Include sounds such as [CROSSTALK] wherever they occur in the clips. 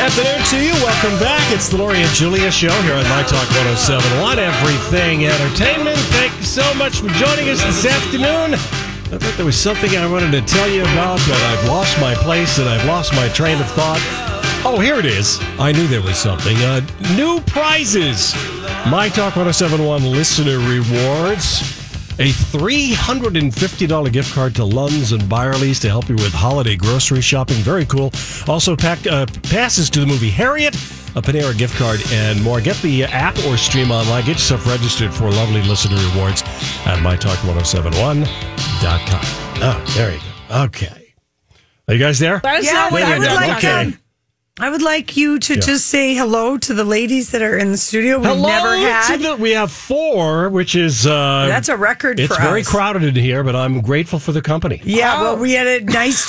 Afternoon to you. Welcome back. It's the Lori and Julia show here on My Talk 107. One oh everything entertainment. Thank you so much for joining us this afternoon. I thought there was something I wanted to tell you about, but I've lost my place and I've lost my train of thought. Oh, here it is. I knew there was something. Uh, new prizes. My Talk 1071 listener rewards. A $350 gift card to Lunds and Byerly's to help you with holiday grocery shopping. Very cool. Also, packed, uh, passes to the movie Harriet, a Panera gift card, and more. Get the app or stream online. Get yourself registered for lovely listener rewards at mytalk1071.com. Oh, there you go. Okay. Are you guys there? That's Yeah, not what wait I a would minute. like. Okay. Um, I would like you to Yeah. just say hello to the ladies that are in the studio. We've Hello never to had. the- we have four, which is uh, That's a record It's for very us. crowded Oh. in here, but I'm grateful for the company. Yeah, well, we had a nice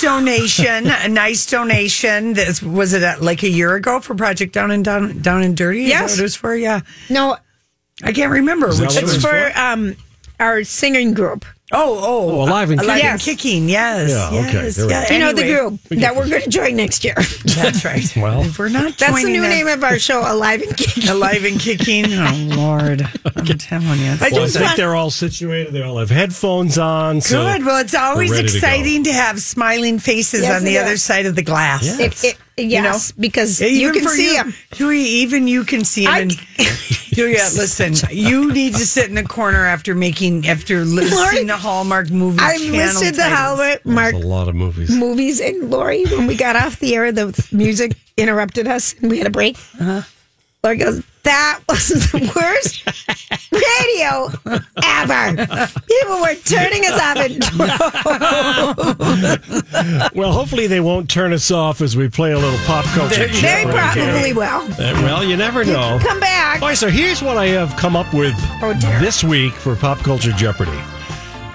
[LAUGHS] donation. a nice donation. This was it uh like a year ago for Project Down and Down Down and Dirty. Is that Yes. what it was for yeah. No, I can't remember. that Which what it it's was it's for? for um our singing group. Oh, oh, Oh, Alive and alive Kicking. and kicking. Yes, Yeah, okay, yes, there we yeah. go. Do you know the Uh, Anyway, group that we're going to join next year? [LAUGHS] That's right. Well. if we're not. [LAUGHS] That's the joining new them- [LAUGHS] name of our show, Alive and [LAUGHS] Kicking. Alive and kicking. Oh Lord, [LAUGHS] I'm telling you. it's I Well, I just think want- they're all situated. They all have headphones on. So Good. Well, it's always we're ready to go. exciting to, have smiling faces Yes, on the it other is. side of the glass. Yeah. It, it, yes, because Yeah, you even can for see you, him. Huey, even you can see him. I- [LAUGHS] And, Julia, listen, you need to sit in the corner after making after [LAUGHS] Lori, listing the Hallmark movie. I channel listed the titles. Hallmark Mark a lot of movies. movies, and Lori, when we got off the air, the music interrupted us, and we had a break. Uh-huh. Lori goes, "That [LAUGHS] was the worst radio ever. People were turning us off." [LAUGHS] [LAUGHS] And Well, hopefully they won't turn us off as we play a little pop culture. they Jeopardy probably game. will. Uh, Well, you never know. Come back. All right, so here's what I have come up with Oh, dear. this week for Pop Culture Jeopardy.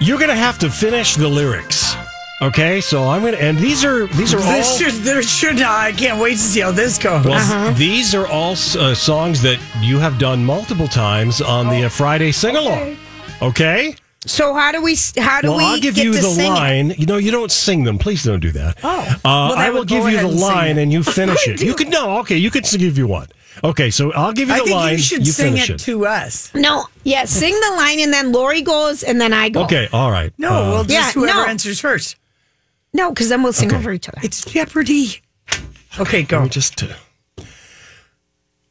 You're gonna have to finish the lyrics. Okay, so I'm gonna and these are these are all This uh-huh. should, there should not. I can't wait to see how this goes. Well, these are all uh, songs that you have done multiple times on Oh. the uh, Friday sing along. Okay? So how do we? How do well, we? I'll give get you to the sing it? line. You know, you don't sing them. Please don't do that. Oh, uh, then I I will would go give you ahead the and sing line, it. and you [LAUGHS] finish it. You could no. Okay, you could sing if you want. Okay, so I'll give you I the think line. you should sing finish it, to us. No, yeah, sing the line and then Lori goes and then I go. Okay, all right. No, Uh, well, just yeah, whoever no. answers first. No, because then we'll sing Okay. over each other. It's Jeopardy. Okay, let go. me just uh,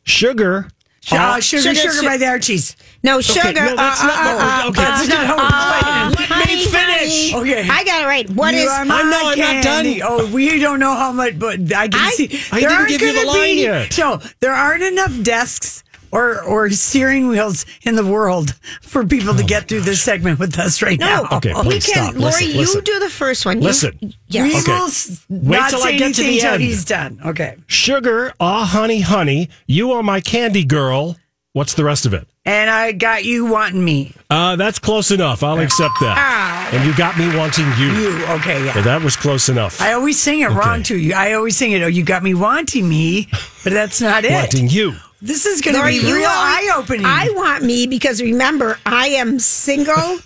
sugar. Uh, sugar, Sugar, sugar, su- by the Archies. No, sugar. no, that's uh, not uh, what we're- uh, okay, uh, that's not how we're uh, playing it. Let me honey, finish. honey. Okay. I got it right. What you is? are I my know, I'm not candy. done. Oh, we don't know how much, but I can I- see. I there didn't aren't give you the gonna line be- yet. No, there aren't enough desks or or steering wheels in the world for people to get through this segment with us right no, now. Oh Okay, we please can. stop. Lori, Listen, you listen. do the first one. You- Listen. We yes. Okay. will s- Wait not till I say get to the anything till end. he's done. Okay. Sugar, ah, honey, honey, you are my candy girl. What's the rest of it? And I got you wanting me. Uh, that's close enough. I'll accept that. And you got me wanting you. Ah. You. Okay. Yeah. Well, that was close enough. I always sing it Okay. wrong to you. I always sing it. Oh, you got me wanting me, but that's not it. wanting you. This is going to Lori, be you real are- eye opening. I want me because remember, I [LAUGHS] am single,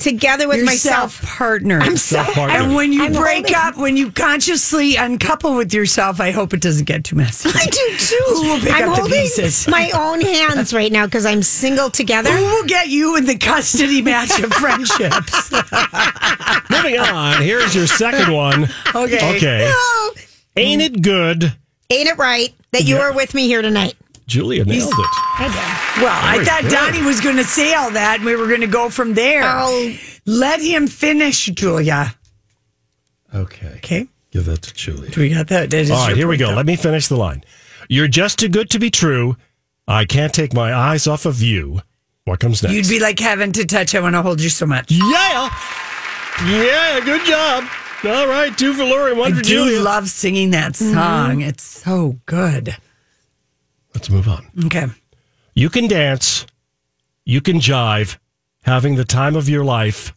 together with Your myself. self-partner. I'm so. Self-partner. And when you I'm break holding- up, when you consciously uncouple with yourself, I hope it doesn't get too messy. I do too. Who will pick I'm up the holding [LAUGHS] pieces? my own hands right now because I'm single together. Who will get you in the custody match of friendships? Moving on. Here's your second one. [LAUGHS] Okay. Okay. No, Ain't it good? ain't it right that you are with me here tonight? Julia nailed it. I Well, I Very thought good. Donnie was going to say all that, and we were going to go from there. Oh. Let him finish, Julia. Okay. Okay. Give that to Julia. Do we got that? that is All right, your here we point, go. though. Let me finish the line. You're just too good to be true. I can't take my eyes off of you. What comes next? You'd be like heaven to touch. I want to hold you so much. yeah, yeah. Good job. All right, two for Lori, one I for do Julia. love singing that song. It's so good. Let's move on. Okay. You can dance. You can jive. Having the time of your life.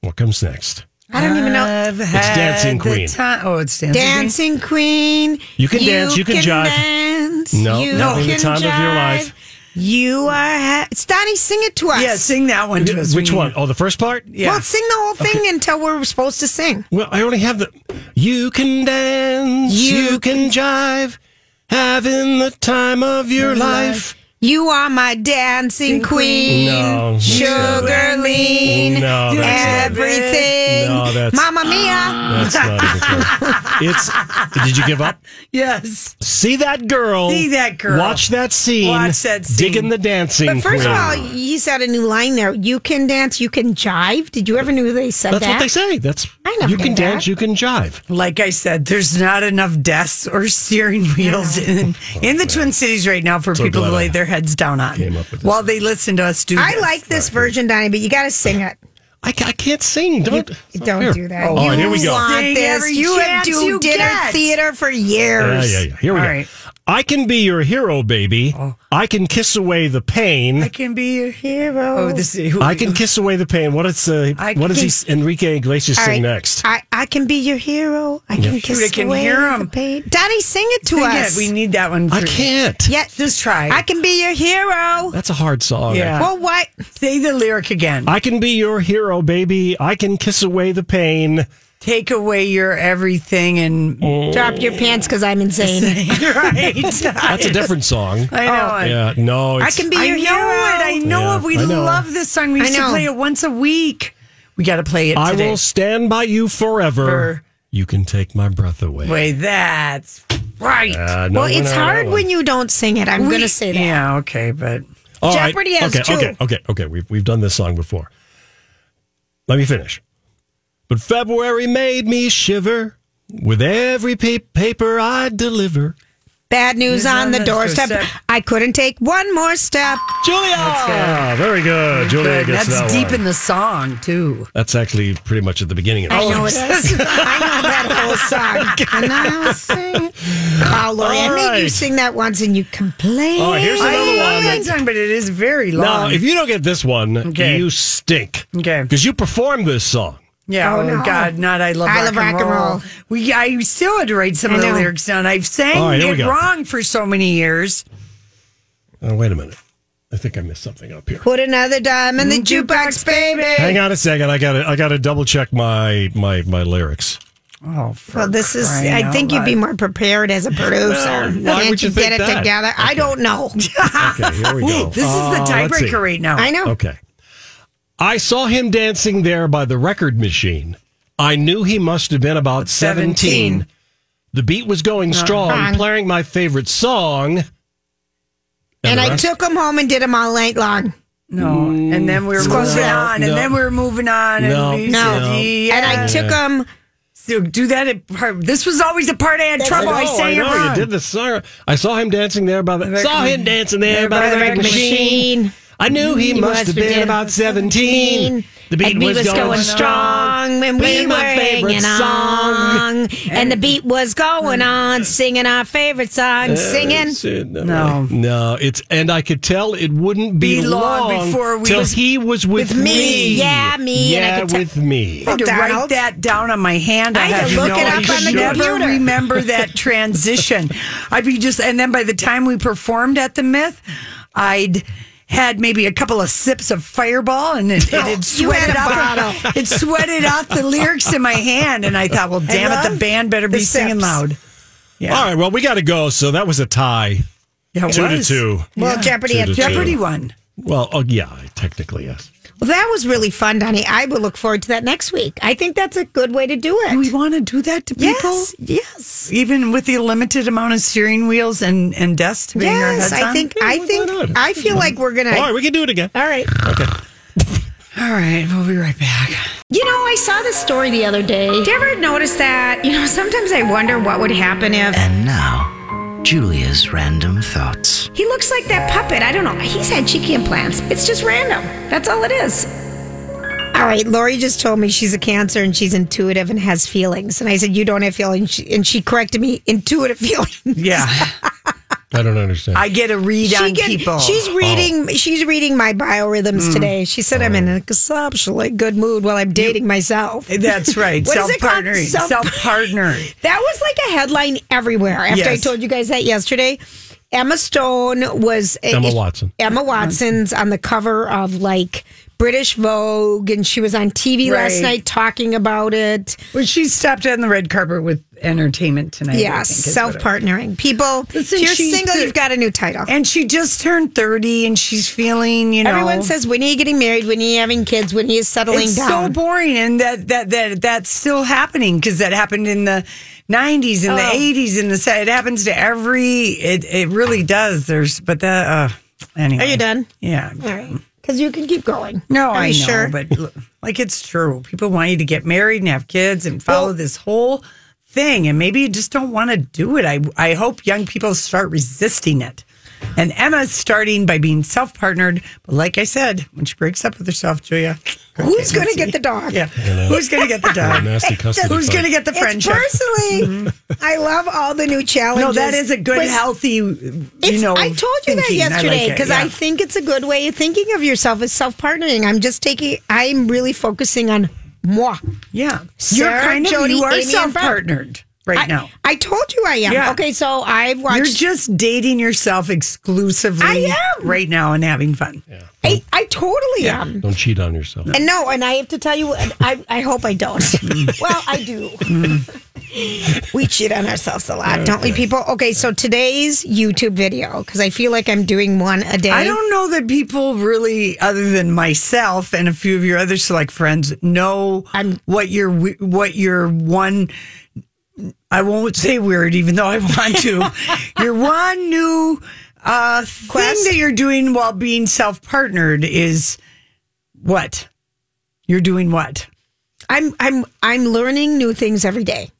What comes next? don't, I don't even know. I've it's Dancing Queen. Oh, it's Dancing Queen. Dancing queen. You can dance, you can jive. Dance, No, you not in the can time of your life. jive. You are. Ha- Donnie, sing it to us. Yeah, sing that one to us. Which We- one? Oh, the first part? Yeah. Well, sing the whole thing until we're supposed to sing. Well, I only have the. You can dance. You, You can jive. Having the time of your life. You are my dancing queen. No, that's Sugar lean. No, that's not it. everything. No, that's- Mama Mia. That's not even close. [LAUGHS] It's. Did you give up? Yes. See that girl. See that girl. Watch that scene. Watch that scene. Digging the dancing. But first of queen. all, you said a new line there. You can dance, you can jive. Did you ever knew they said that's that? what they say. That's. I never you can did that. dance. You can jive. Like I said, there's not enough desks or steering wheels in in the Twin Cities right now for people Oh, glad to lay I their heads down on came up with this. while they listen to us do. I this. like this version, Donnie, but you got to sing it. I, ca- I can't sing. Don't. You don't do that. Oh, All right, you here we go. want Sing this. every You have chance you do dinner get. theater for Yeah, years. yeah, yeah. Here we All go. right. I can be your hero, baby. Oh. I can kiss away the pain. I can be a hero. Hero. Oh, this is, who, I can kiss away the pain. What is uh, I what does can- he, Enrique Iglesias All sing right. next? I, I can be your hero. I can kiss Dude, I can away hear 'em. the pain. Donnie, sing it to Sing us. it. We need that one. I for- can't. Yeah, Just Ah. try. I can be your hero. That's a hard song. Yeah. Well, what? Say the lyric again. I can be your hero, baby. I can kiss away the pain. Take away your [LAUGHS] everything and [LAUGHS] Drop your pants because I'm insane. right. Oh. That's [LAUGHS] a different song. Oh, I know. it. Yeah, no, I it's, can be I your know it. I hero. know Yeah, it. We I know. love this song. We used I to know. play it once a week. We got to play it I today. will stand by you forever. For- You can take my breath away. Wait, that's [LAUGHS] right. Uh, no well, winner it's on that hard one. when you don't sing it. I'm going to say that. Yeah, okay, but All right. Jeopardy has okay, two. Okay, okay, okay. We've we've done this song before. Let me finish. But February made me shiver with every pa- paper I deliver. Bad news on, the doorstep. doorstep. I couldn't take one more step. Julia. Ah, very good. Julia Good. gets that's that deep one. in the song too. That's actually pretty much at the beginning of the I know song. [LAUGHS] it is. I know that whole song. And I'll sing. Oh, Lori, I made you right. sing that once and you complain. All right, here's I another one. love that song, but it is very Now, long. if you don't get this one, Okay. you stink. Okay. Because you performed this song. yeah, oh, Oh, no. God, not I love, I rock, Love and Rock and roll. Roll. We I still had to write some I of the know. lyrics down. I've sang All right, here we it go. wrong for so many years. Oh, wait a minute. I think I missed something up here. Put another dime in the jukebox, baby. Mm-hmm. Hang on a second. I gotta I gotta double check my my my lyrics. Oh, for Well, this is. crying I out think you'd be loud. more prepared as a Well, producer. why Can't would you get think it that? together? I don't know. [LAUGHS] Okay, here [LAUGHS] we go. This Uh, is the let's see. tiebreaker right now. I know. Okay. I saw him dancing there by the record machine. I knew he must have been about 17. 17. The beat was Uh, going strong, Wrong. playing my favorite song. And the I rest- took them home and did them all night long. No, and then we were close moving to that. on, No. and then we were moving on, No. and we No. said, And yeah. I took them. So do that at part. This was always a part I had trouble. I, know, say it know, wrong. You did the song. I saw him dancing there by the. The record- saw him dancing there by, the record machine. machine. I knew he, must have been about 17. The beat and we was, going, strong when we Playing were my favorite [LAUGHS] hanging song. on. And the beat was going on, singing our favorite song, singing. No, no, it's and I could tell it wouldn't be, Be long before we till was- he was with, with me. Yeah, me, and I yeah, could tell- with me. I had to write Donald. that down on my hand. I, I had have to look no it up idea. on the I never computer. remember [LAUGHS] that transition. I'd be just, and then by the time we performed at the Myth, I'd had maybe a couple of sips of Fireball, and it, it had [LAUGHS] You had sweated a off. [LAUGHS] It sweated off the lyrics in my hand, and I thought, well, damn it, the love band better be the singing sips. loud. All right, well, we got to go. So that was a tie, Yeah, it two was. to two. Well, Jeopardy Two had to two. two. Jeopardy won. Well, oh, yeah, technically, yes. Well, that was really fun, Donnie. I will look forward to that next week. I think that's a good way to do Do we it. want to do that to people? Yes, yes, Even with the limited amount of steering wheels and, and dust being our yes. heads I on? think. I not? think. I feel like we're gonna. All right, we can do it again. All right. All right, we'll be right back. You know, I saw this story the other day. Do you ever notice that? You know, sometimes I wonder what would happen if And now, Julia's random thoughts. he looks like that puppet. I don't know. He's had cheeky implants. It's just random. That's all it is. All right, Lori just told me she's a cancer and she's intuitive and has feelings. And I said, You don't have feelings. She- And she corrected me intuitive [LAUGHS] feelings. Yeah, I don't understand. [LAUGHS] I get a read She on get- people. She's reading she's reading my biorhythms today. She said I'm in an exceptionally good mood while I'm dating [LAUGHS] myself. That's right. What is Self it called? partnering. Self- Self partnering. That was like a headline everywhere after I Yes. told you guys that yesterday. Emma Stone was uh, Emma Watson. Emma Uh-huh. Watson's on the cover of like British Vogue, and she was on TV last Right. night talking about it. [LAUGHS] Well, she stopped on the red carpet with entertainment tonight. I Yes, think is self what it was. partnering. People, Listen, if you're she's single, the- you've got a new title. And she just turned 30 and she's feeling, you know. Everyone says, when are you getting married? When are you having kids? When are you settling it's so down? boring and that that that that's still happening because that happened in the 90s and the 80s and the se- it happens to every it it really does there's but that uh anyway are you done? yeah All right. Because you can keep going. no Are i know you sure? but l- like it's true people want you to get married and have kids and follow this whole thing and maybe you just don't want to do it i i hope young people start resisting it and Emma's starting by being self partnered. But like I said, when she breaks up with herself, Julia, Who's going to get the dog? yeah. Who's going [LAUGHS] to get the A dog? nasty custody Who's fight. going to get the It's friendship? Mm-hmm. personally, I love all the new challenges. no, that is a good, But healthy. You it's- know, I told you that thinking. I like yesterday it, because yeah. I, think it's a good way of thinking of yourself as self partnering. I'm just taking, I'm really focusing on moi. yeah, you're Sarah, kind of Jody, you are Amy, and Fran. self partnered right I, now. I told you I am. Yeah. Okay, so I've watched. You're just dating yourself exclusively. I am. right now and having fun. I, I totally am. Don't cheat on yourself. And no, and I have to tell you, I, I hope [LAUGHS] I don't. well, I do. Mm. we cheat on ourselves a lot, don't we, people? Okay, so today's YouTube video, because I feel like I'm doing one a day. I don't know that people really, other than myself and a few of your other select friends, know I'm- what your we- what your one. I won't say weird, even though I want [LAUGHS] to. your one new uh, thing Quest? that you're doing while being self partnered is what you're doing. What I'm I'm I'm learning new things every day.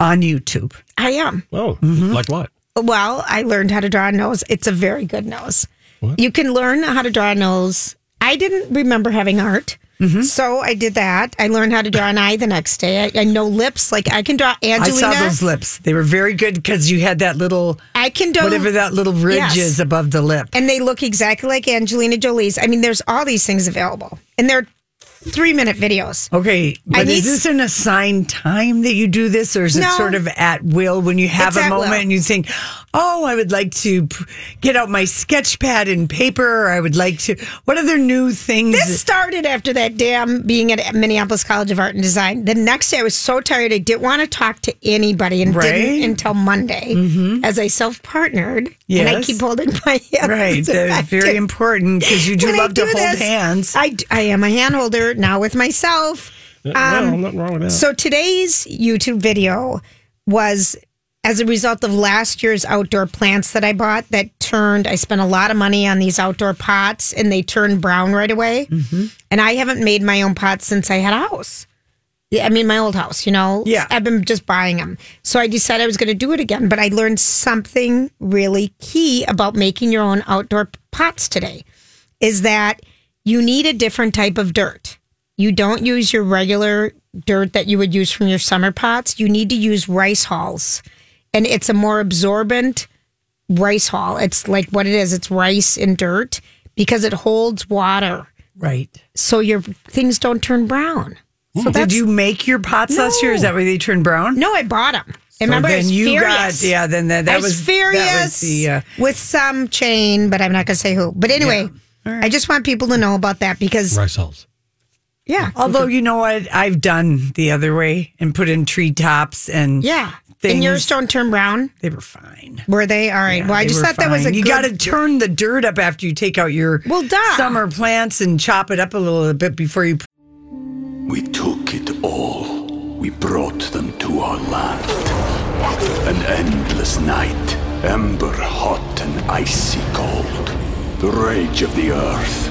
on YouTube? I am. Oh, Mm-hmm. like what? Well, I learned how to draw a nose. It's a very good nose. You can learn how to draw a nose. I didn't remember having art. Mm-hmm. So I did that. I learned how to draw an eye the next day. I, I know lips. Like I can draw Angelina. I saw those lips; they were very good because you had that little I can do whatever that little ridge Yes. is above the lip. and they look exactly like Angelina Jolie's. I mean, there's all these things available, and they're three minute videos. Okay, but need is this an assigned time that you do this, or is it No. sort of at will when you have It's a at moment will. and you think, "Oh, I would like to p- get out my sketch pad and paper," or I would like to. What other new things? This started after that damn being at Minneapolis College of Art and Design. The next day, I was so tired. I didn't want to talk to anybody and Right. Mm-hmm. didn't until Monday as I self partnered. And I Yes. keep holding my hands. right, I that's very do. important because you do When I love to do hold this, hands. I, d- I am a hand holder now with myself. no, nothing wrong with that. Oh. Um, So today's YouTube video was as a result of last year's outdoor plants that I bought that turned, I spent a lot of money on these outdoor pots and they turned brown right away. And I haven't made my own pots since I had a house. Yeah, I mean, my old house, you know? Yeah. I've been just buying them. So I decided I was going to do it again, but I learned something really key about making your own outdoor pots today is that you need a different type of dirt. You don't use your regular dirt that you would use from your summer pots. You need to use rice hulls. And it's a more absorbent rice hull. It's like what it is it's rice and dirt because it holds water. right. So your things don't turn brown. So did you make your pots last year? Is that why they turned brown? No, I bought them. Remember, I then was you furious. got yeah. Then that, that I was, furious That was the, uh, with some chain, but I'm not going to say who. But anyway, I just want people to know about that because Rice hulls. Yeah. Although you know what, I've done the other way and put in treetops and Yeah. things. And yours don't turn brown. they were fine. Were they? All right. well, I They just were thought that was a fine. you good- got to turn the dirt up after you take out your Well, duh. summer plants and chop it up a little bit before you. We took it all. We brought them to our land. An endless night, ember hot and icy cold. The rage of the earth.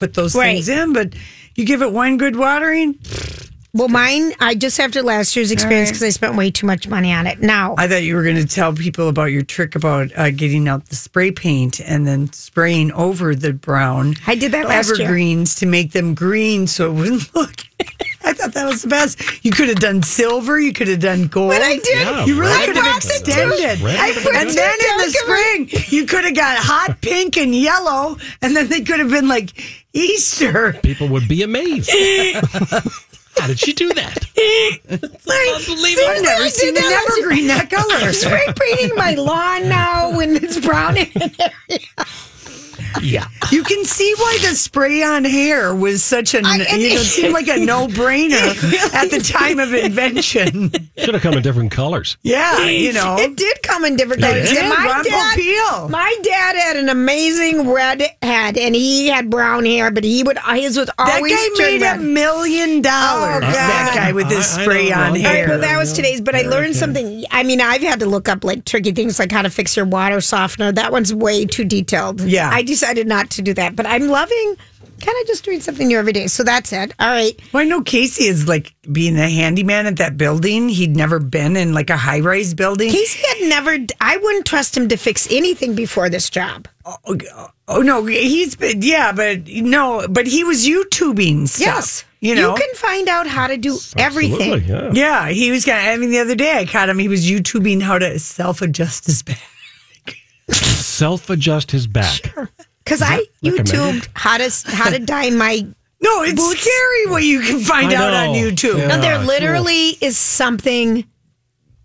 put those Right. things in, but you give it one good watering. Well, mine, I just after last year's experience because I spent way too much money on it. Now, I thought you were going to tell people about your trick about uh, getting out the spray paint and then spraying over the brown I did that last year. evergreens to make them green so it wouldn't [LAUGHS] look. I thought that was the best. You could have done silver. You could have done gold. But I did. Yeah, You really I could have brought the two- extended. Red. I brought and the then in the document. spring, you could have got hot pink and yellow, and then they could have been like Easter. People would be [LAUGHS] amazed. How did she do that? Unbelievable. I've never I did seen that an last year. evergreen that [LAUGHS] color. spray painting [LAUGHS] my lawn now when it's brown. [LAUGHS] Yeah. You can see why the spray on hair was such a I- you know, it seemed like a no [LAUGHS] brainer at the time of invention. Should have come in different colors. Yeah, you know. It did come in different It colors. did. And My Rumble dad, Peel. my dad had an amazing red head, and he had brown hair, but he would uh, his would that always guy turn made red. a million dollars. Oh, that God. guy with his I- I spray don't on know. All right, hair. well, that was today's, but I learned something. I mean, I've had to look up like tricky things like how to fix your water softener. That one's way too detailed. Yeah. I decided not to do that, but I'm loving kind of just doing something new every day. So that's it. All right. Well, I know Casey is like being a handyman at that building. He'd never been in like a high rise building. Casey had never, I wouldn't trust him to fix anything before this job. oh no, he's been yeah, but no, but he was YouTubing stuff. Yes. you know. you can find out how to do everything. Absolutely, yeah. yeah, he was. Gonna, I mean, the other day I caught him. He was YouTubing how to self adjust his back. Self adjust his back. Because I recommended? YouTubed how to how to dye [LAUGHS] my. No, it's scary what you can find I out on know. YouTube. Yeah. No, there Oh, cool. literally is something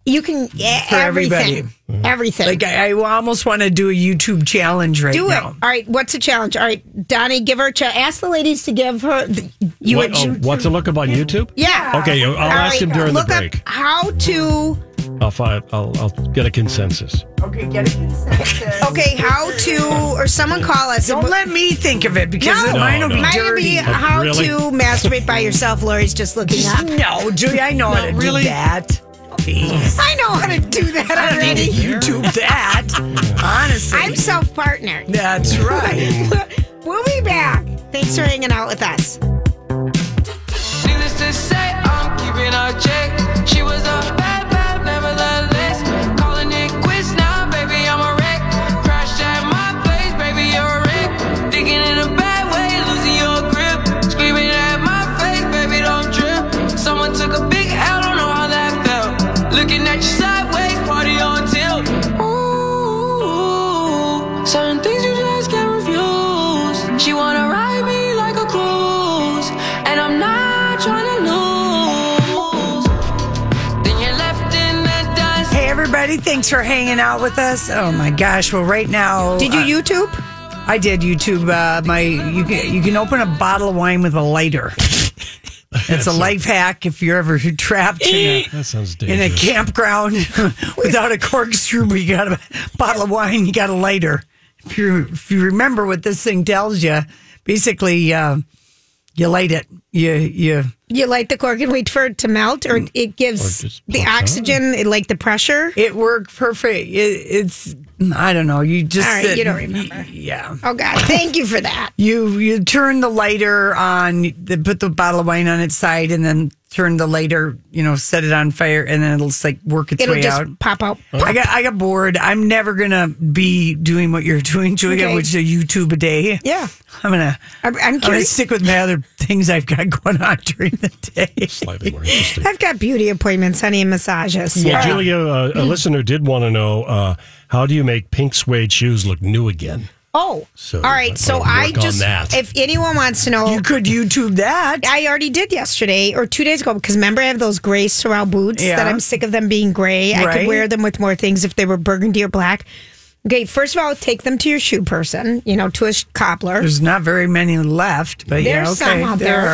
you can yeah, For everybody. everything. Mm-hmm. Everything. uh, Like I, I almost want to do a YouTube challenge right Do it. now. All right. What's the challenge? All right, Donnie, give her a challenge. Ask the ladies to give her. The, you What, oh, what's a look up on YouTube? yeah. Okay, I'll All ask him during the Look break. Up how to. I'll, fi- I'll, I'll get a consensus. Okay, get it. Okay, how to, or someone call us. Don't let me think of it because No. mine will No, be no. Mine would dirty. be how really? to [LAUGHS] masturbate by yourself. Lori's just looking up. No, Julie, I know how to do that. Please. [LAUGHS] I know how to do that I need to already. YouTube that. Honestly. I'm self partner. That's right. [LAUGHS] We'll be back. Thanks for hanging out with us. Needless to say, I'm keeping our check. She was a bad, bad, nevertheless. Calling it quits now, baby, I'm a wreck. Crashed at my place, baby, you're a wreck. Thinking in a bad way, losing your grip. Screaming at my face, baby, don't trip. Someone took a big L, don't know how that felt. Looking at you sideways, party on tilt. Ooh, certain things you just can't refuse. She wanna ride me like a cruise, and I'm not trying to lose. Then you're left in the dust. Hey, everybody. Thanks for hanging out with us. Oh, my gosh. Well, right now. uh, Did you YouTube? I did YouTube. Uh, my you can you can open a bottle of wine with a [LAUGHS] lighter. It's a life hack if you're ever [LAUGHS] trapped [LAUGHS] in a, That sounds in a dangerous. campground [LAUGHS] without a corkscrew, but you got a bottle of wine, you got a lighter. If you if you remember what this thing tells you, basically uh, you light it. You you You light the cork and wait for it to melt, or it gives the oxygen, it, like the pressure. It worked perfect. It, it's I don't know. You just All right, sit- you don't remember. Yeah. Oh God, thank you for that. You you turn the lighter on, the, put the bottle of wine on its side, and then turn the lighter. You know, set it on fire, and then it'll just, like work its It'll way just out. Oh. pop out. I got I got bored. I'm never gonna be doing what you're [LAUGHS] doing, Julia, Okay. which is YouTube a day. Yeah, I'm gonna I'm, I'm I'm gonna curious. stick with my other things I've got [LAUGHS] going on during the day. Slightly more [LAUGHS] interesting. I've got beauty appointments, honey, and massages. Well, Uh, Julia, uh, a listener did want to know uh, how do you make pink suede shoes look new again? Oh, So, all right. I So wanna I work on just, that. if anyone wants to know, You could YouTube that. I already did yesterday or two days ago because remember I have those gray sorrel boots Yeah. that I'm sick of them being gray. I Right. could wear them with more things if they were burgundy or black. Okay, first of all, take them to your shoe person, you know, to a sh- cobbler. There's not very many left, but yeah, There's okay, some out there there.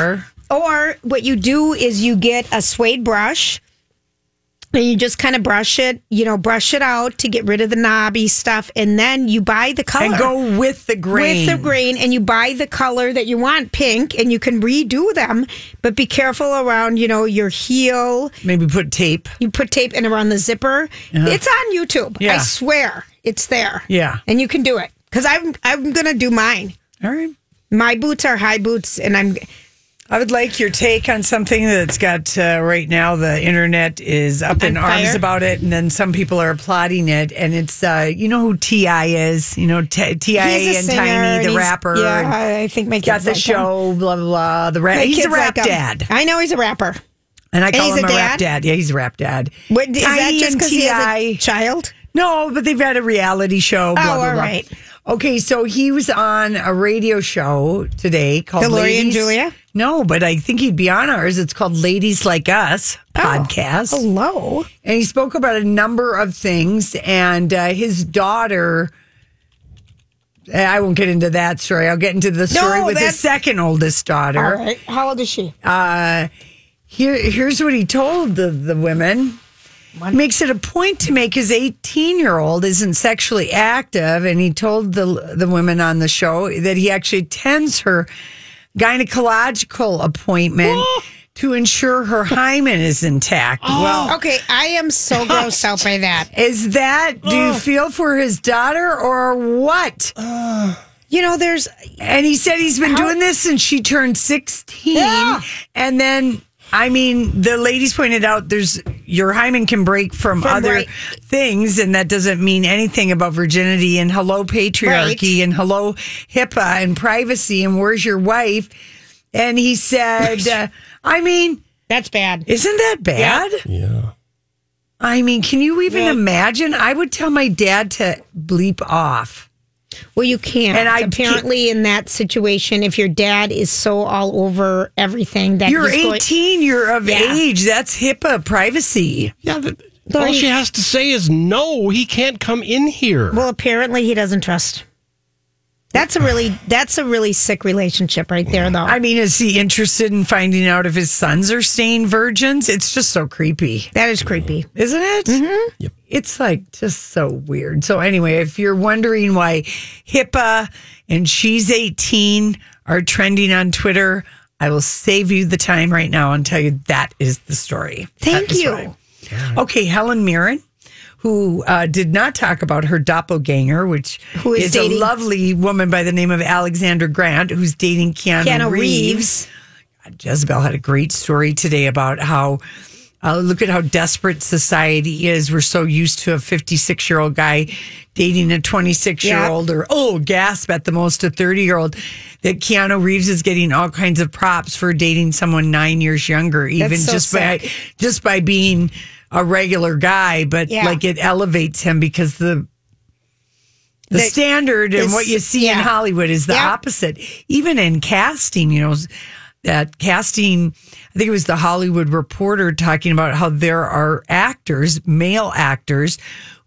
are. Or what you do is you get a suede brush and you just kind of brush it, you know, brush it out to get rid of the knobby stuff, and then you buy the color. And go with the grain. Oh. With the grain, and you buy the color that you want, pink, and you can redo them, but be careful around, you know, your heel. Maybe put tape. You put tape in around the zipper. It's on YouTube. Uh-huh. Yeah. I swear it's there. Yeah. And you can do it. Because I'm I'm gonna do mine. All right. My boots are high boots and I'm I would like your take on something that's got uh, right now. The internet is up in On arms fire? about it, and then some people are applauding it. And it's uh, you know who Ti is, you know T- Ti he's a and singer Tiny, and the he's- rapper. Yeah, and I- I think my kids got the like him. show, blah blah blah. The rap. My He's a kids rap like him. dad, I know he's a rapper. and I call he's him a rap dad? dad. Yeah, he's a rap dad. What, is that Tiny just and because he has a T.I.. child? No, but they've had a reality show. Blah, Oh, blah, all blah. right. Okay, so he was on a radio show today called The Lori and Ladies- Julia? No, but I think he'd be on ours. It's called Ladies Like Us Oh. podcast, Hello. and he spoke about a number of things. And uh, his daughter, I won't get into that story. I'll get into the story with his that's- second oldest daughter. All right. How old is she? Here, here's what he told the, the women. Makes it a point to make his 18 year old isn't sexually active, and he told the the women on the show that he actually attends her gynecological appointment to ensure her hymen is intact. Well, okay, I [LAUGHS] am so grossed out by that. is that do you feel for his daughter or what? You know, there's And he said he's been doing this since she turned 16. Yeah. And then, I mean, the ladies pointed out there's your hymen can break from, From other right- things, and that doesn't mean anything about virginity and hello patriarchy and hello HIPAA and privacy and where's your wife. And he said, uh, I mean, that's bad. isn't that bad? Yeah. I mean, can you even imagine? I would tell my dad to bleep off. Well, you can't. And And I apparently, in that situation, if your dad is so all over everything that You're he's going- 18, you're of Yeah. age. That's HIPAA privacy. Yeah. That, all she has to say is no, he can't come in here. well, apparently he doesn't trust. That's a really that's a really sick relationship right there, though. I mean, is he interested in finding out if his sons are staying virgins? It's just so creepy, that is creepy. isn't it? Mm-hmm. Yep. It's like just so weird. So, anyway, if you're wondering why HIPAA and she's 18 are trending on Twitter, I will save you the time right now and tell you that is the story. Thank is you. right. Okay, Helen Mirren, who uh, did not talk about her doppelganger, which Who is a dating- lovely woman by the name of Alexandra Grant, who's dating Keanu, Keanu Reeves. Reeves. Jezebel had a great story today about how. Uh, look at how desperate society is. We're so used to a 56 year old guy dating a 26 year old, or oh, gasp at the most a 30 year old. That Keanu Reeves is getting all kinds of props for dating someone nine years younger, even so just by sick. just by being a regular guy. But Yeah. like it elevates him because the the, The- standard and is- what you see in yeah. Hollywood is the Yeah. opposite. Even in casting, you know, that casting, I think it was the Hollywood Reporter talking about how there are actors, male actors,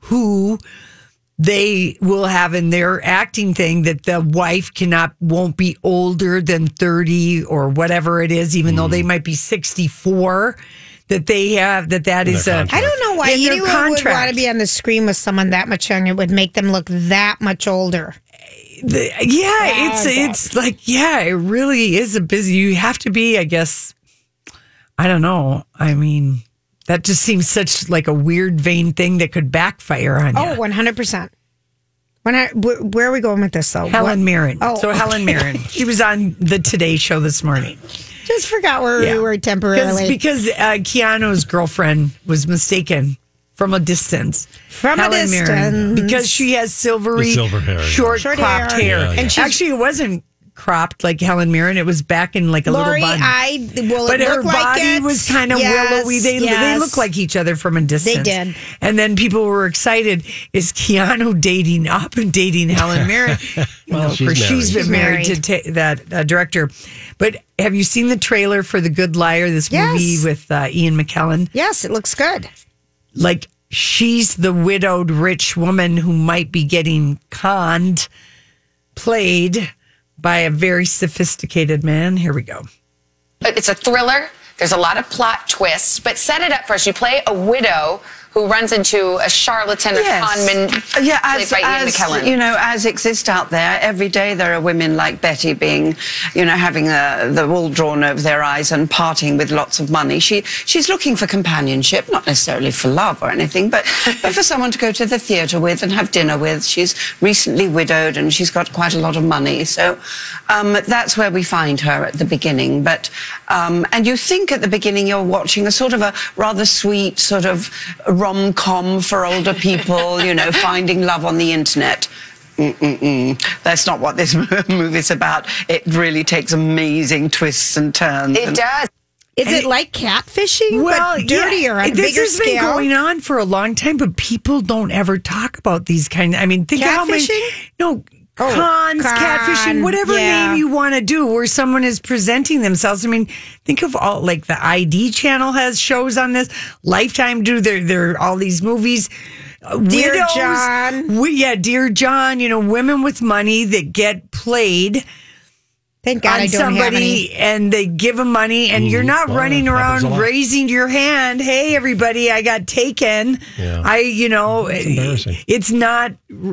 who they will have in their acting thing that the wife cannot won't be older than 30 or whatever it is even though they might be 64 that they have that that is a I don't know why in their anyone would want contract. to be on the screen with someone that much younger. It would make them look that much older. The- yeah, it's it's like yeah, it really is a busy. You have to be, I guess. I don't know. I mean, that just seems such like a weird, vain thing that could backfire on you. Oh, 100%. When I, wh- where are we going with this though? Helen What- Mirren. Oh, so Helen okay. Mirren. She was on the Today Show this morning. [LAUGHS] Just forgot where we were temporarily. Because, because, uh, Keanu's girlfriend was mistaken from a distance. From a Helen Mirren, distance. because she has silvery, The silver hair, yeah. short, Short cropped hair. hair. Yeah, yeah. And And she she's- actually it wasn't cropped like Helen Mirren. It was back in like a Lori, little bun. I well, but it her looked like body it. was kind of Yes, willowy. They they yes. look like each other from a distance. did. And then people were excited: is Keanu dating up and dating Helen [LAUGHS] Mirren? Well, no, she's for she's married. been She's married, to ta- that uh, director. But have you seen the trailer for The Good Liar? This Yes. movie with uh, Ian McKellen. Yes, it looks good. Like she's the widowed rich woman who might be getting conned, played by a very sophisticated man. Here we go. It's a thriller. There's a lot of plot twists, but set it up first. You play a widow who runs into a charlatan or conman Uh, yeah, played as, by Ian as, McKellen. You know, as exist out there, every day there are women like Betty being, you know, having uh, the wool drawn over their eyes and parting with lots of money. She she's looking for companionship, not necessarily for love or anything, [LAUGHS] but, but for someone to go to the theatre with and have dinner with. She's recently widowed and she's got quite a lot of money, so um, that's where we find her at the beginning. But um, and you think at the beginning you're watching a sort of a rather sweet sort of rom com for older people, [LAUGHS] you know, finding love on the internet. Mm-mm-mm. That's not what this [LAUGHS] movie's about. It really takes amazing twists and turns. it and- does. Is it like catfishing? but yeah, dirtier on a this bigger has scale. been going on for a long time, but people don't ever talk about these kind. I mean, think how many Catfishing? no Oh, cons, con, catfishing, whatever yeah. name you want to do, where someone is presenting themselves. I mean, think of all like the ID channel has shows on this. Lifetime do there there are all these movies. Uh, Dear widows, John. we, yeah, dear John. You know, women with money that get played Thank God on I don't have any. somebody and they give them money and you're not Well, running Mm-hmm. that happens a around lot. raising your hand hey everybody i got taken Yeah. i you know That's embarrassing. it's not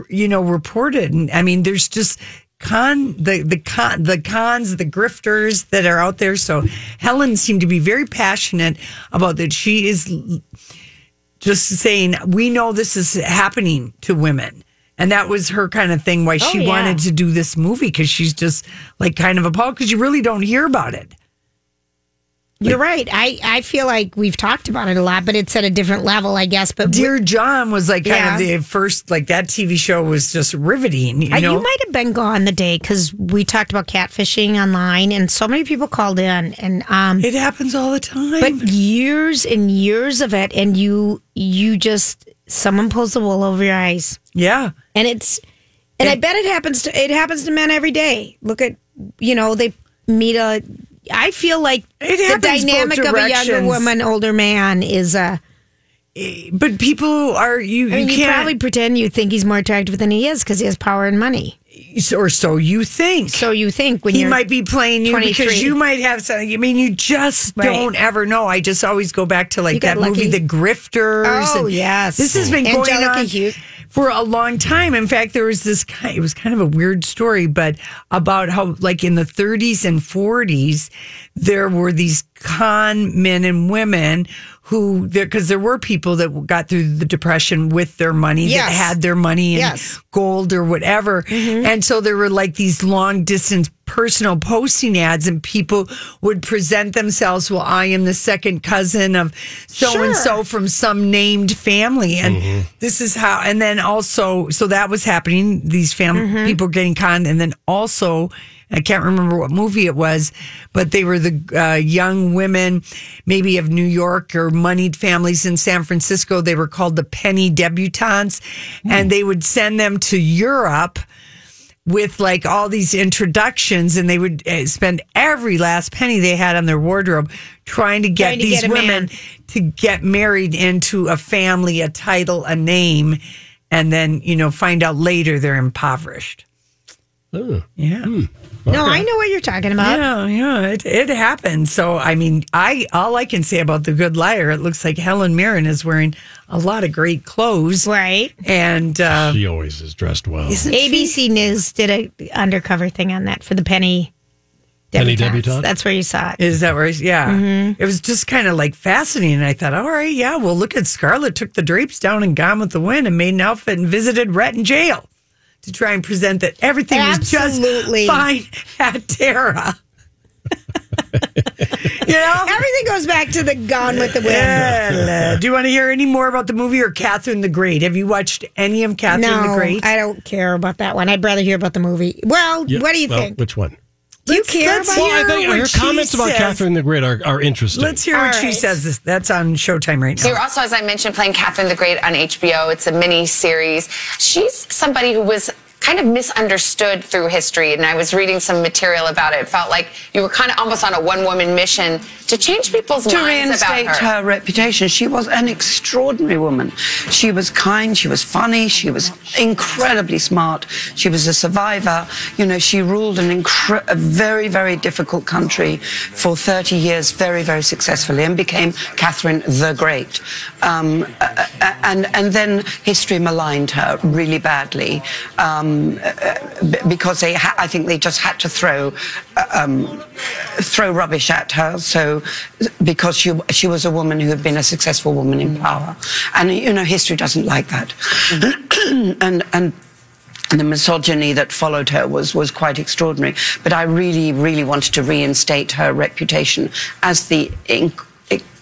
you know reported and i mean there's just con the the con the cons the grifters that are out there so helen seemed to be very passionate about that she is just saying we know this is happening to women and that was her kind of Oh, thing why she yeah. wanted to do this movie because she's just like kind of appalled because you really don't hear about it You're right. I, I feel like we've talked about it a lot, but it's at a different level, I guess. But we- dear john was like kind Yeah. of the first like that tv show was just riveting you Uh, know you might have been gone the day because we talked about catfishing online, and so many people called in, and um, it happens all the time but years and years of it, and you you just someone pulls the wool over your eyes, yeah and it's and I bet it happens to it happens to men every day. Look at you know they meet a. I feel like It the happens both dynamic of a younger directions. woman, older man is uh Eh, but people are you I mean, you you, can't probably pretend you think he's more attractive than he is because he has power and money. or so you think So you think when he you're might be playing you 23. because you might have something. I mean, you just Right. don't ever know. I just always go back to You like got that movie, lucky. The Grifters. Oh, yes. this has been going Angelica on Hughes. for a long time. In fact, there was this kind. It was kind of a weird story, but about how like in the 30s and 40s there were these con men and women. Who there because there were people that got through the depression with their money that Yes. had their money and Yes. gold or whatever. And so there were like these long distance personal posting ads, and people would present themselves, well, I am the second cousin of so and so Sure. from some named family. And this is how, and then also, so that was happening, these fam people getting conned. And then also, I can't remember what movie it was, but they were the uh, young women, maybe of New York or moneyed families in San Francisco. They were called the penny debutantes, and they would send them to Europe with like all these introductions, and they would uh, spend every last penny they had on their wardrobe trying to get Trying to these get a women man. to get married into a family, a title, a name, and then, you know, find out later they're impoverished. Yeah. No, I know what you're talking about. Yeah, yeah, it, it happened. So, I mean, I all I can say about the good liar, it looks like Helen Mirren is wearing a lot of great clothes, [LAUGHS] Right. and uh, She always is dressed well. ABC News did a undercover thing on that for the penny Any debutante? That's where you saw it. Is that where? Yeah, Mm-hmm. it was just kind of like fascinating. I thought, all right, yeah, well, look at Scarlett took the drapes down and gone with the wind and made an outfit and visited Rhett in jail to try and present that everything was just Absolutely. fine at Tara. [LAUGHS] you know, Everything goes back to the Gone with the Wind. Well, uh, do you want to hear any more about the movie or Catherine the Great? Have you watched any of Catherine the no, Great? I don't care about that one. I'd rather hear about the movie. Well, Yeah, what do you well, think? Which one? Do you Let's- care let's about hear I think what her she comments about says. Catherine the Great are, are interesting. Let's hear what she right. says. This- That's on Showtime right So you're now. also, as I mentioned, playing Catherine the Great on HBO. It's a mini series. [CLEARS THROAT] She's somebody who was kind of misunderstood through history, and I was reading some material about it. It felt like you were kind of almost on a one-woman mission to change people's to minds about reinstate her. her. reputation. She was an extraordinary woman. She was kind, she was funny, she was incredibly smart. She was a survivor. You know, she ruled an incre- a very, very difficult country for 30 years very, very successfully and became Catherine the Great. Um, uh, uh, and, and then history maligned her really badly um, uh, uh, b- because they ha- I think they just had to throw uh, um, throw rubbish at her. So, because she she was a woman who had been a successful woman in power, and you know history doesn't like that, and and. the misogyny that followed her was, was quite extraordinary. But I really, really wanted to reinstate her reputation as the inc-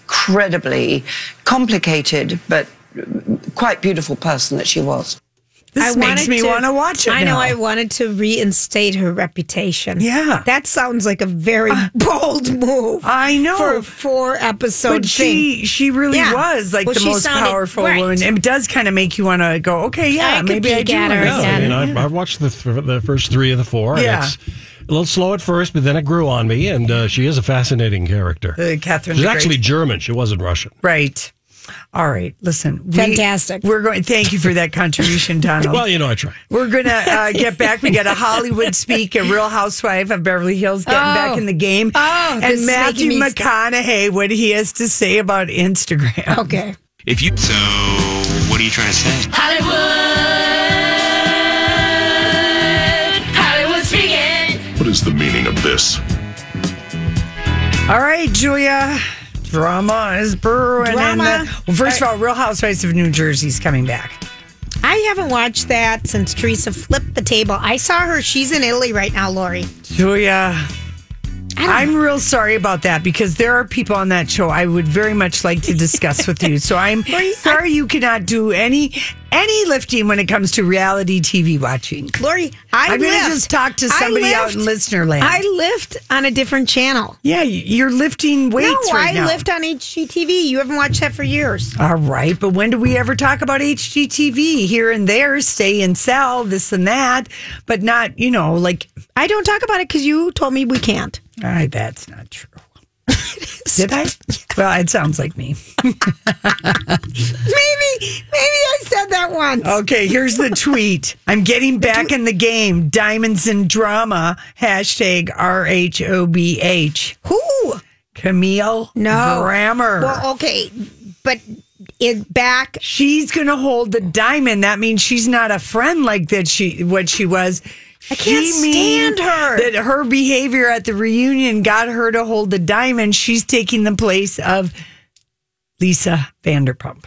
incredibly complicated but uh, quite beautiful person that she was. This I makes wanted me want to watch it. I now. know I wanted to reinstate her reputation. Yeah. Uh, That sounds like a very bold move. I know. For a four episode but she she really Yeah. was like Well, the she most sounded- powerful right. woman. It does kind of make you want to go, okay, yeah, I could maybe I peek do. at wanna her go. Yeah, I again. mean, I, I watched the th- the first three of the four. and Yeah. it's a little slow at first, but then it grew on me, and uh, she is a fascinating character. Uh, Catherine She's the Great. actually German. She wasn't Russian. Right. All right. Listen. we- Fantastic. We're going. Thank you for that contribution, Donald. Well, you know, I try. We're gonna [LAUGHS] uh, get back. We got a Hollywood speak, a Real Housewife of Beverly Hills getting Oh. back in the game, Oh, this and is Matthew making me- McConaughey what he has to say about Instagram. Okay. If you so, what are you trying to say? What is the meaning of this? All right, Julia. Drama is brewing. and Drama. Uh, the- well, first of all, Real Housewives of New Jersey's coming back. I haven't watched that since Teresa flipped the table. I saw her. She's in Italy right now, Lori. Julia. I'm real sorry about that because there are people on that show I would very much like to discuss with you. So [LAUGHS] I'm sorry you cannot do any any lifting when it comes to reality TV watching. Lori, I I'm gonna lift. just talk to I somebody out in lift. listener land. I lift on a different channel. Yeah, you're lifting weights no, right I now. lift on HGTV. You haven't watched that for years. All right, but when do we ever talk about HGTV here and there, stay and sell this and that, but not you know like I don't talk about it because you told me we can't. I that's not true. Did I? Well, it sounds like me. Maybe, maybe I said that once. Okay, here's the tweet. I'm getting back in the game. Diamonds and drama. Hashtag R H O B H. Who? Camille No. Grammer. Well, okay, but it back. she's gonna hold the diamond. That means she's not a friend like that. She what she was. I can't stand her. That her behavior at the reunion got her to hold the diamond. She's taking the place of Lisa Vanderpump.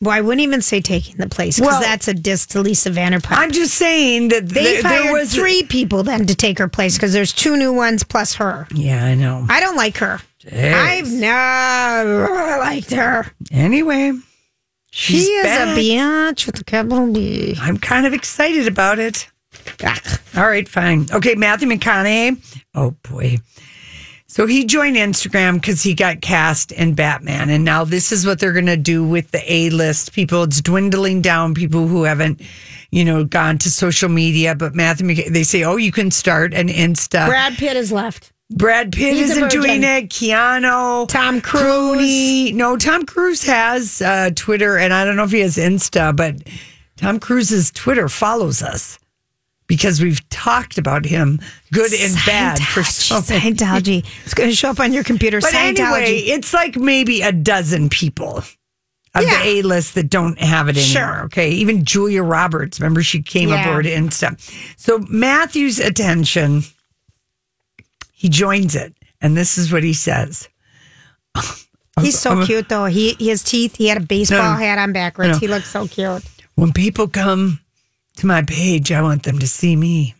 Well, I wouldn't even say taking the place because Well- that's a diss to Lisa Vanderpump. I'm just saying that they th- fired there was three people then to take her place because there's two new ones plus her. Yeah, I know. I don't like her. I've never liked her. Anyway, She she's is back. a biatch with a capital B. I'm kind of excited about it. Ugh. All right, fine. Okay, Matthew McConaughey. Oh boy. So he joined Instagram because he got cast in Batman. And now this is what they're going to do with the A list people. It's dwindling down people who haven't, you know, gone to social media. But Matthew, McC- they say, oh, you can start an Insta. Brad, Brad Pitt is left. Pitt He's a isn't doing virgin. it. Keanu. Tom Cruise. Clooney. No, Tom Cruise has uh, Twitter, and I don't know if he has Insta, but Tom Cruise's Twitter follows us because we've talked about him, good and bad, for so Scientology. many. Scientology. It's going to show up on your computer. But Scientology. anyway, it's like maybe a dozen people of Yeah. the A list that don't have it anymore. Sure. Okay. Even Julia Roberts, remember she came Yeah. aboard Insta. So Matthew's attention he joins it. And this is what he says. He's so I'm a- cute though. He his teeth. He had a baseball No. hat on backwards. No. He looks so cute. When people come to my page, I want them to see me.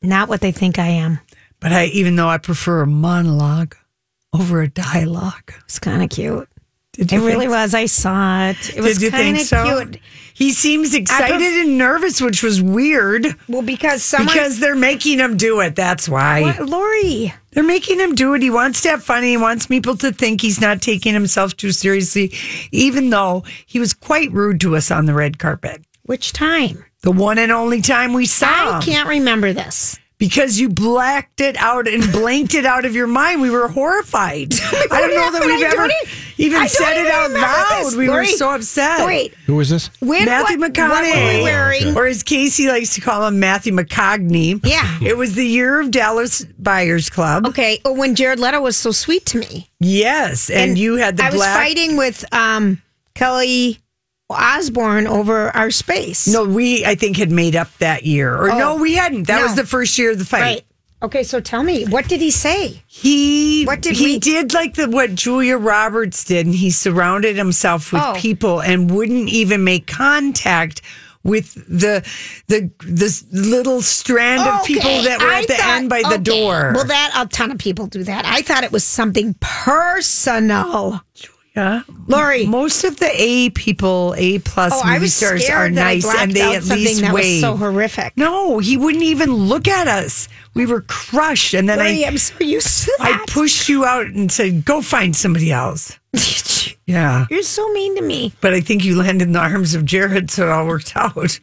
Not what they think I am. But I, even though I prefer a monologue over a dialogue, it's kind of cute. Did It you really think- was. I saw it. It was Did you kind think of so? cute. He seems excited and nervous, which was weird. Well, because someone because they're making him do it. That's why. What, Lori. They're making him do it. He wants to have fun. He wants people to think he's not taking himself too seriously, even though he was quite rude to us on the red carpet. Which time? The one and only time we saw I him. can't remember this. Because you blacked it out and blanked it out of your mind. We were [LAUGHS] horrified. I don't know that happened? we've I don't ever e- even I don't said it even out remember loud. this, We were Lori. so upset. Oh, Wait, Who is this? when Oh. Matthew what, McConaughey. What were we wearing? Or as Casey likes to call him, Matthew McCogney. Yeah. It was the year of Dallas Buyers Club. Okay, oh, when Jared Leto was so sweet to me, Yes. And, you had the I was black. fighting with um, Kelly Osborne over our space. No, we, I think, had made up that year. Or no, Oh. we hadn't. That No. was the first year of the fight. Right. Okay, so tell me, what did he say? He What did he we- did like the what Julia Roberts did, and he surrounded himself with Oh. people and wouldn't even make contact with the the this little strand of people Okay, that were I at the thought- end by the okay. door. Well, that a ton of people do that. I thought it was something personal. Yeah. Lori. Most of the A people, A plus oh, movie I was stars scared are that I nice blacked and out they at something least that wave. was so horrific. no, he wouldn't even look at us. We were crushed. And then Lori, I I'm so used to I that. pushed you out and said, Go find somebody [LAUGHS] else. Yeah. You're so mean to me. But I think you landed in the arms of Jared, so it all worked [LAUGHS] out.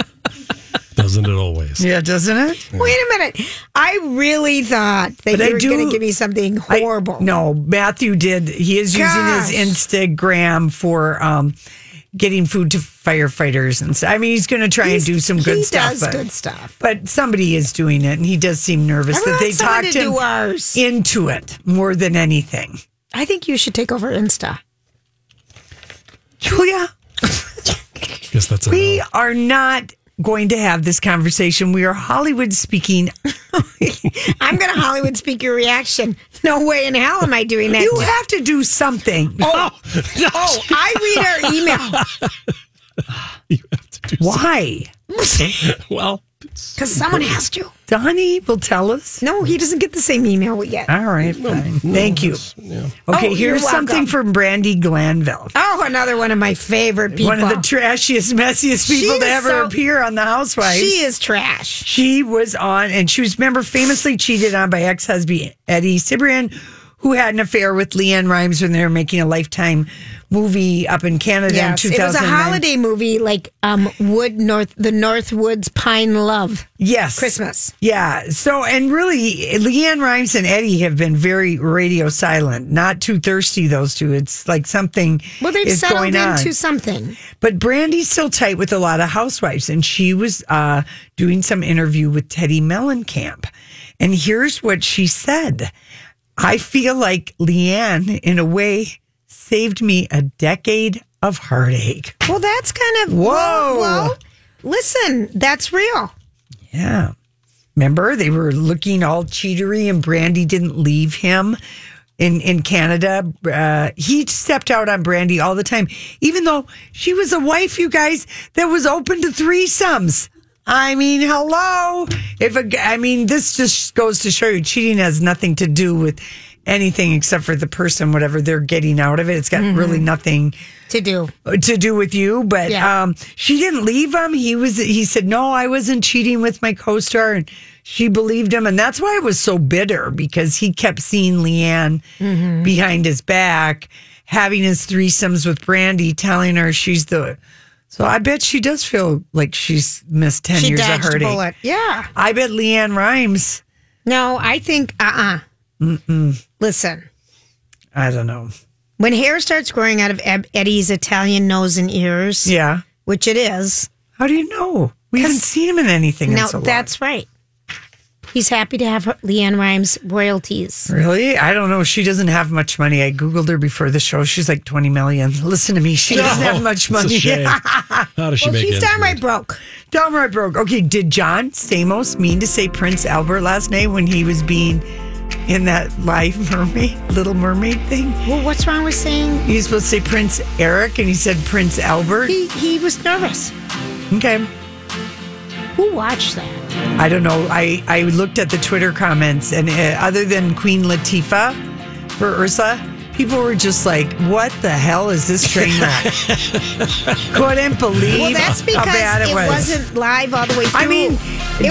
Doesn't it always? yeah, doesn't it? Wait a minute. I really thought that But I you were do- going to give me something I- horrible. no, Matthew did. He is Gosh. using his Instagram for um, getting food to firefighters and stuff. I mean, he's going to try He's- and do some good he stuff. does good stuff. But somebody is doing it, and he does seem nervous I that want they someone talked to do him ours. into it more than anything. I think you should take over Insta. Julia, Guess that's a we [LAUGHS] are not going to have this conversation. We are Hollywood speaking. I'm going to Hollywood speak your reaction. No way in hell am I doing that. You have to do something. oh, oh, I read our [LAUGHS] email you have to do. Why? something. well, because someone asked you. Donnie will tell us. No, he doesn't get the same email we get. All right, fine. Thank you. Okay, Oh, you're here's something welcome. from Brandy Glanville. Oh, another one of my favorite people. One of the trashiest, messiest She people to is ever so- appear on The Housewives. she is trash. She was on, and she was, remember, famously cheated on by ex husband Eddie Cibrian, who had an affair with Leanne Rhimes when they were making a lifetime movie up in Canada Yes, in it was a 2009. holiday movie like um, Wood North, the North Woods Pine Love Yes. Christmas. Yeah. So, and really, Leanne Rhimes and Eddie have been very radio silent, not too thirsty, those two. It's like something Well, they've is settled going into on. something. But Brandy's still tight with a lot of housewives, and she was uh, doing some interview with Teddy Mellencamp. And here's what she said I feel like Leanne, in a way, saved me a decade of heartache. Well, that's kind of Whoa. well, listen, that's real. Yeah. Remember, they were looking all cheatery, and Brandy didn't leave him in in Canada. Uh, he stepped out on Brandy all the time, even though she was a wife, you guys, that was open to threesomes. I mean, hello. If a, g- I mean, this just goes to show you, cheating has nothing to do with anything except for the person, whatever they're getting out of it. It's got really nothing To do to do with you, but Yeah. um, she didn't leave him. He was he said no, I wasn't cheating with my co-star, and she believed him, and that's why it was so bitter because he kept seeing Leanne Mm-hmm. behind his back, having his threesomes with Brandy, telling her she's the. So I bet she does feel like she's missed ten she years of dodged a heartache. bullet. Yeah. I bet Leanne Rhymes. No, I think uh uh Listen, I don't know. when hair starts growing out of Eb- Eddie's Italian nose and ears, Yeah, which it is. how do you know? We haven't seen him in anything. in No, so long. that's right. He's happy to have Leanne Rhymes royalties. Really? I don't know. She doesn't have much money. I Googled her before the show. She's like 20 million. [LAUGHS] Listen to me. She doesn't No, Oh, have it's much a money. [LAUGHS] shame. How does she Well, make she's it? downright broke. Downright broke. Okay. Did John Stamos mean to say Prince Albert last night when he was being in that live [LAUGHS] mermaid, Little Mermaid thing. Well, what's wrong with saying? You're supposed to say Prince Eric, and he said Prince Albert. He, he was nervous. Okay. Who watched that? I don't know. I, I looked at the Twitter comments, and uh, other than Queen Latifah for Ursa, people were just like, "What the hell is this train wreck?" Couldn't believe well, [LAUGHS] that's how because bad it, was. not live all the way through. I mean, it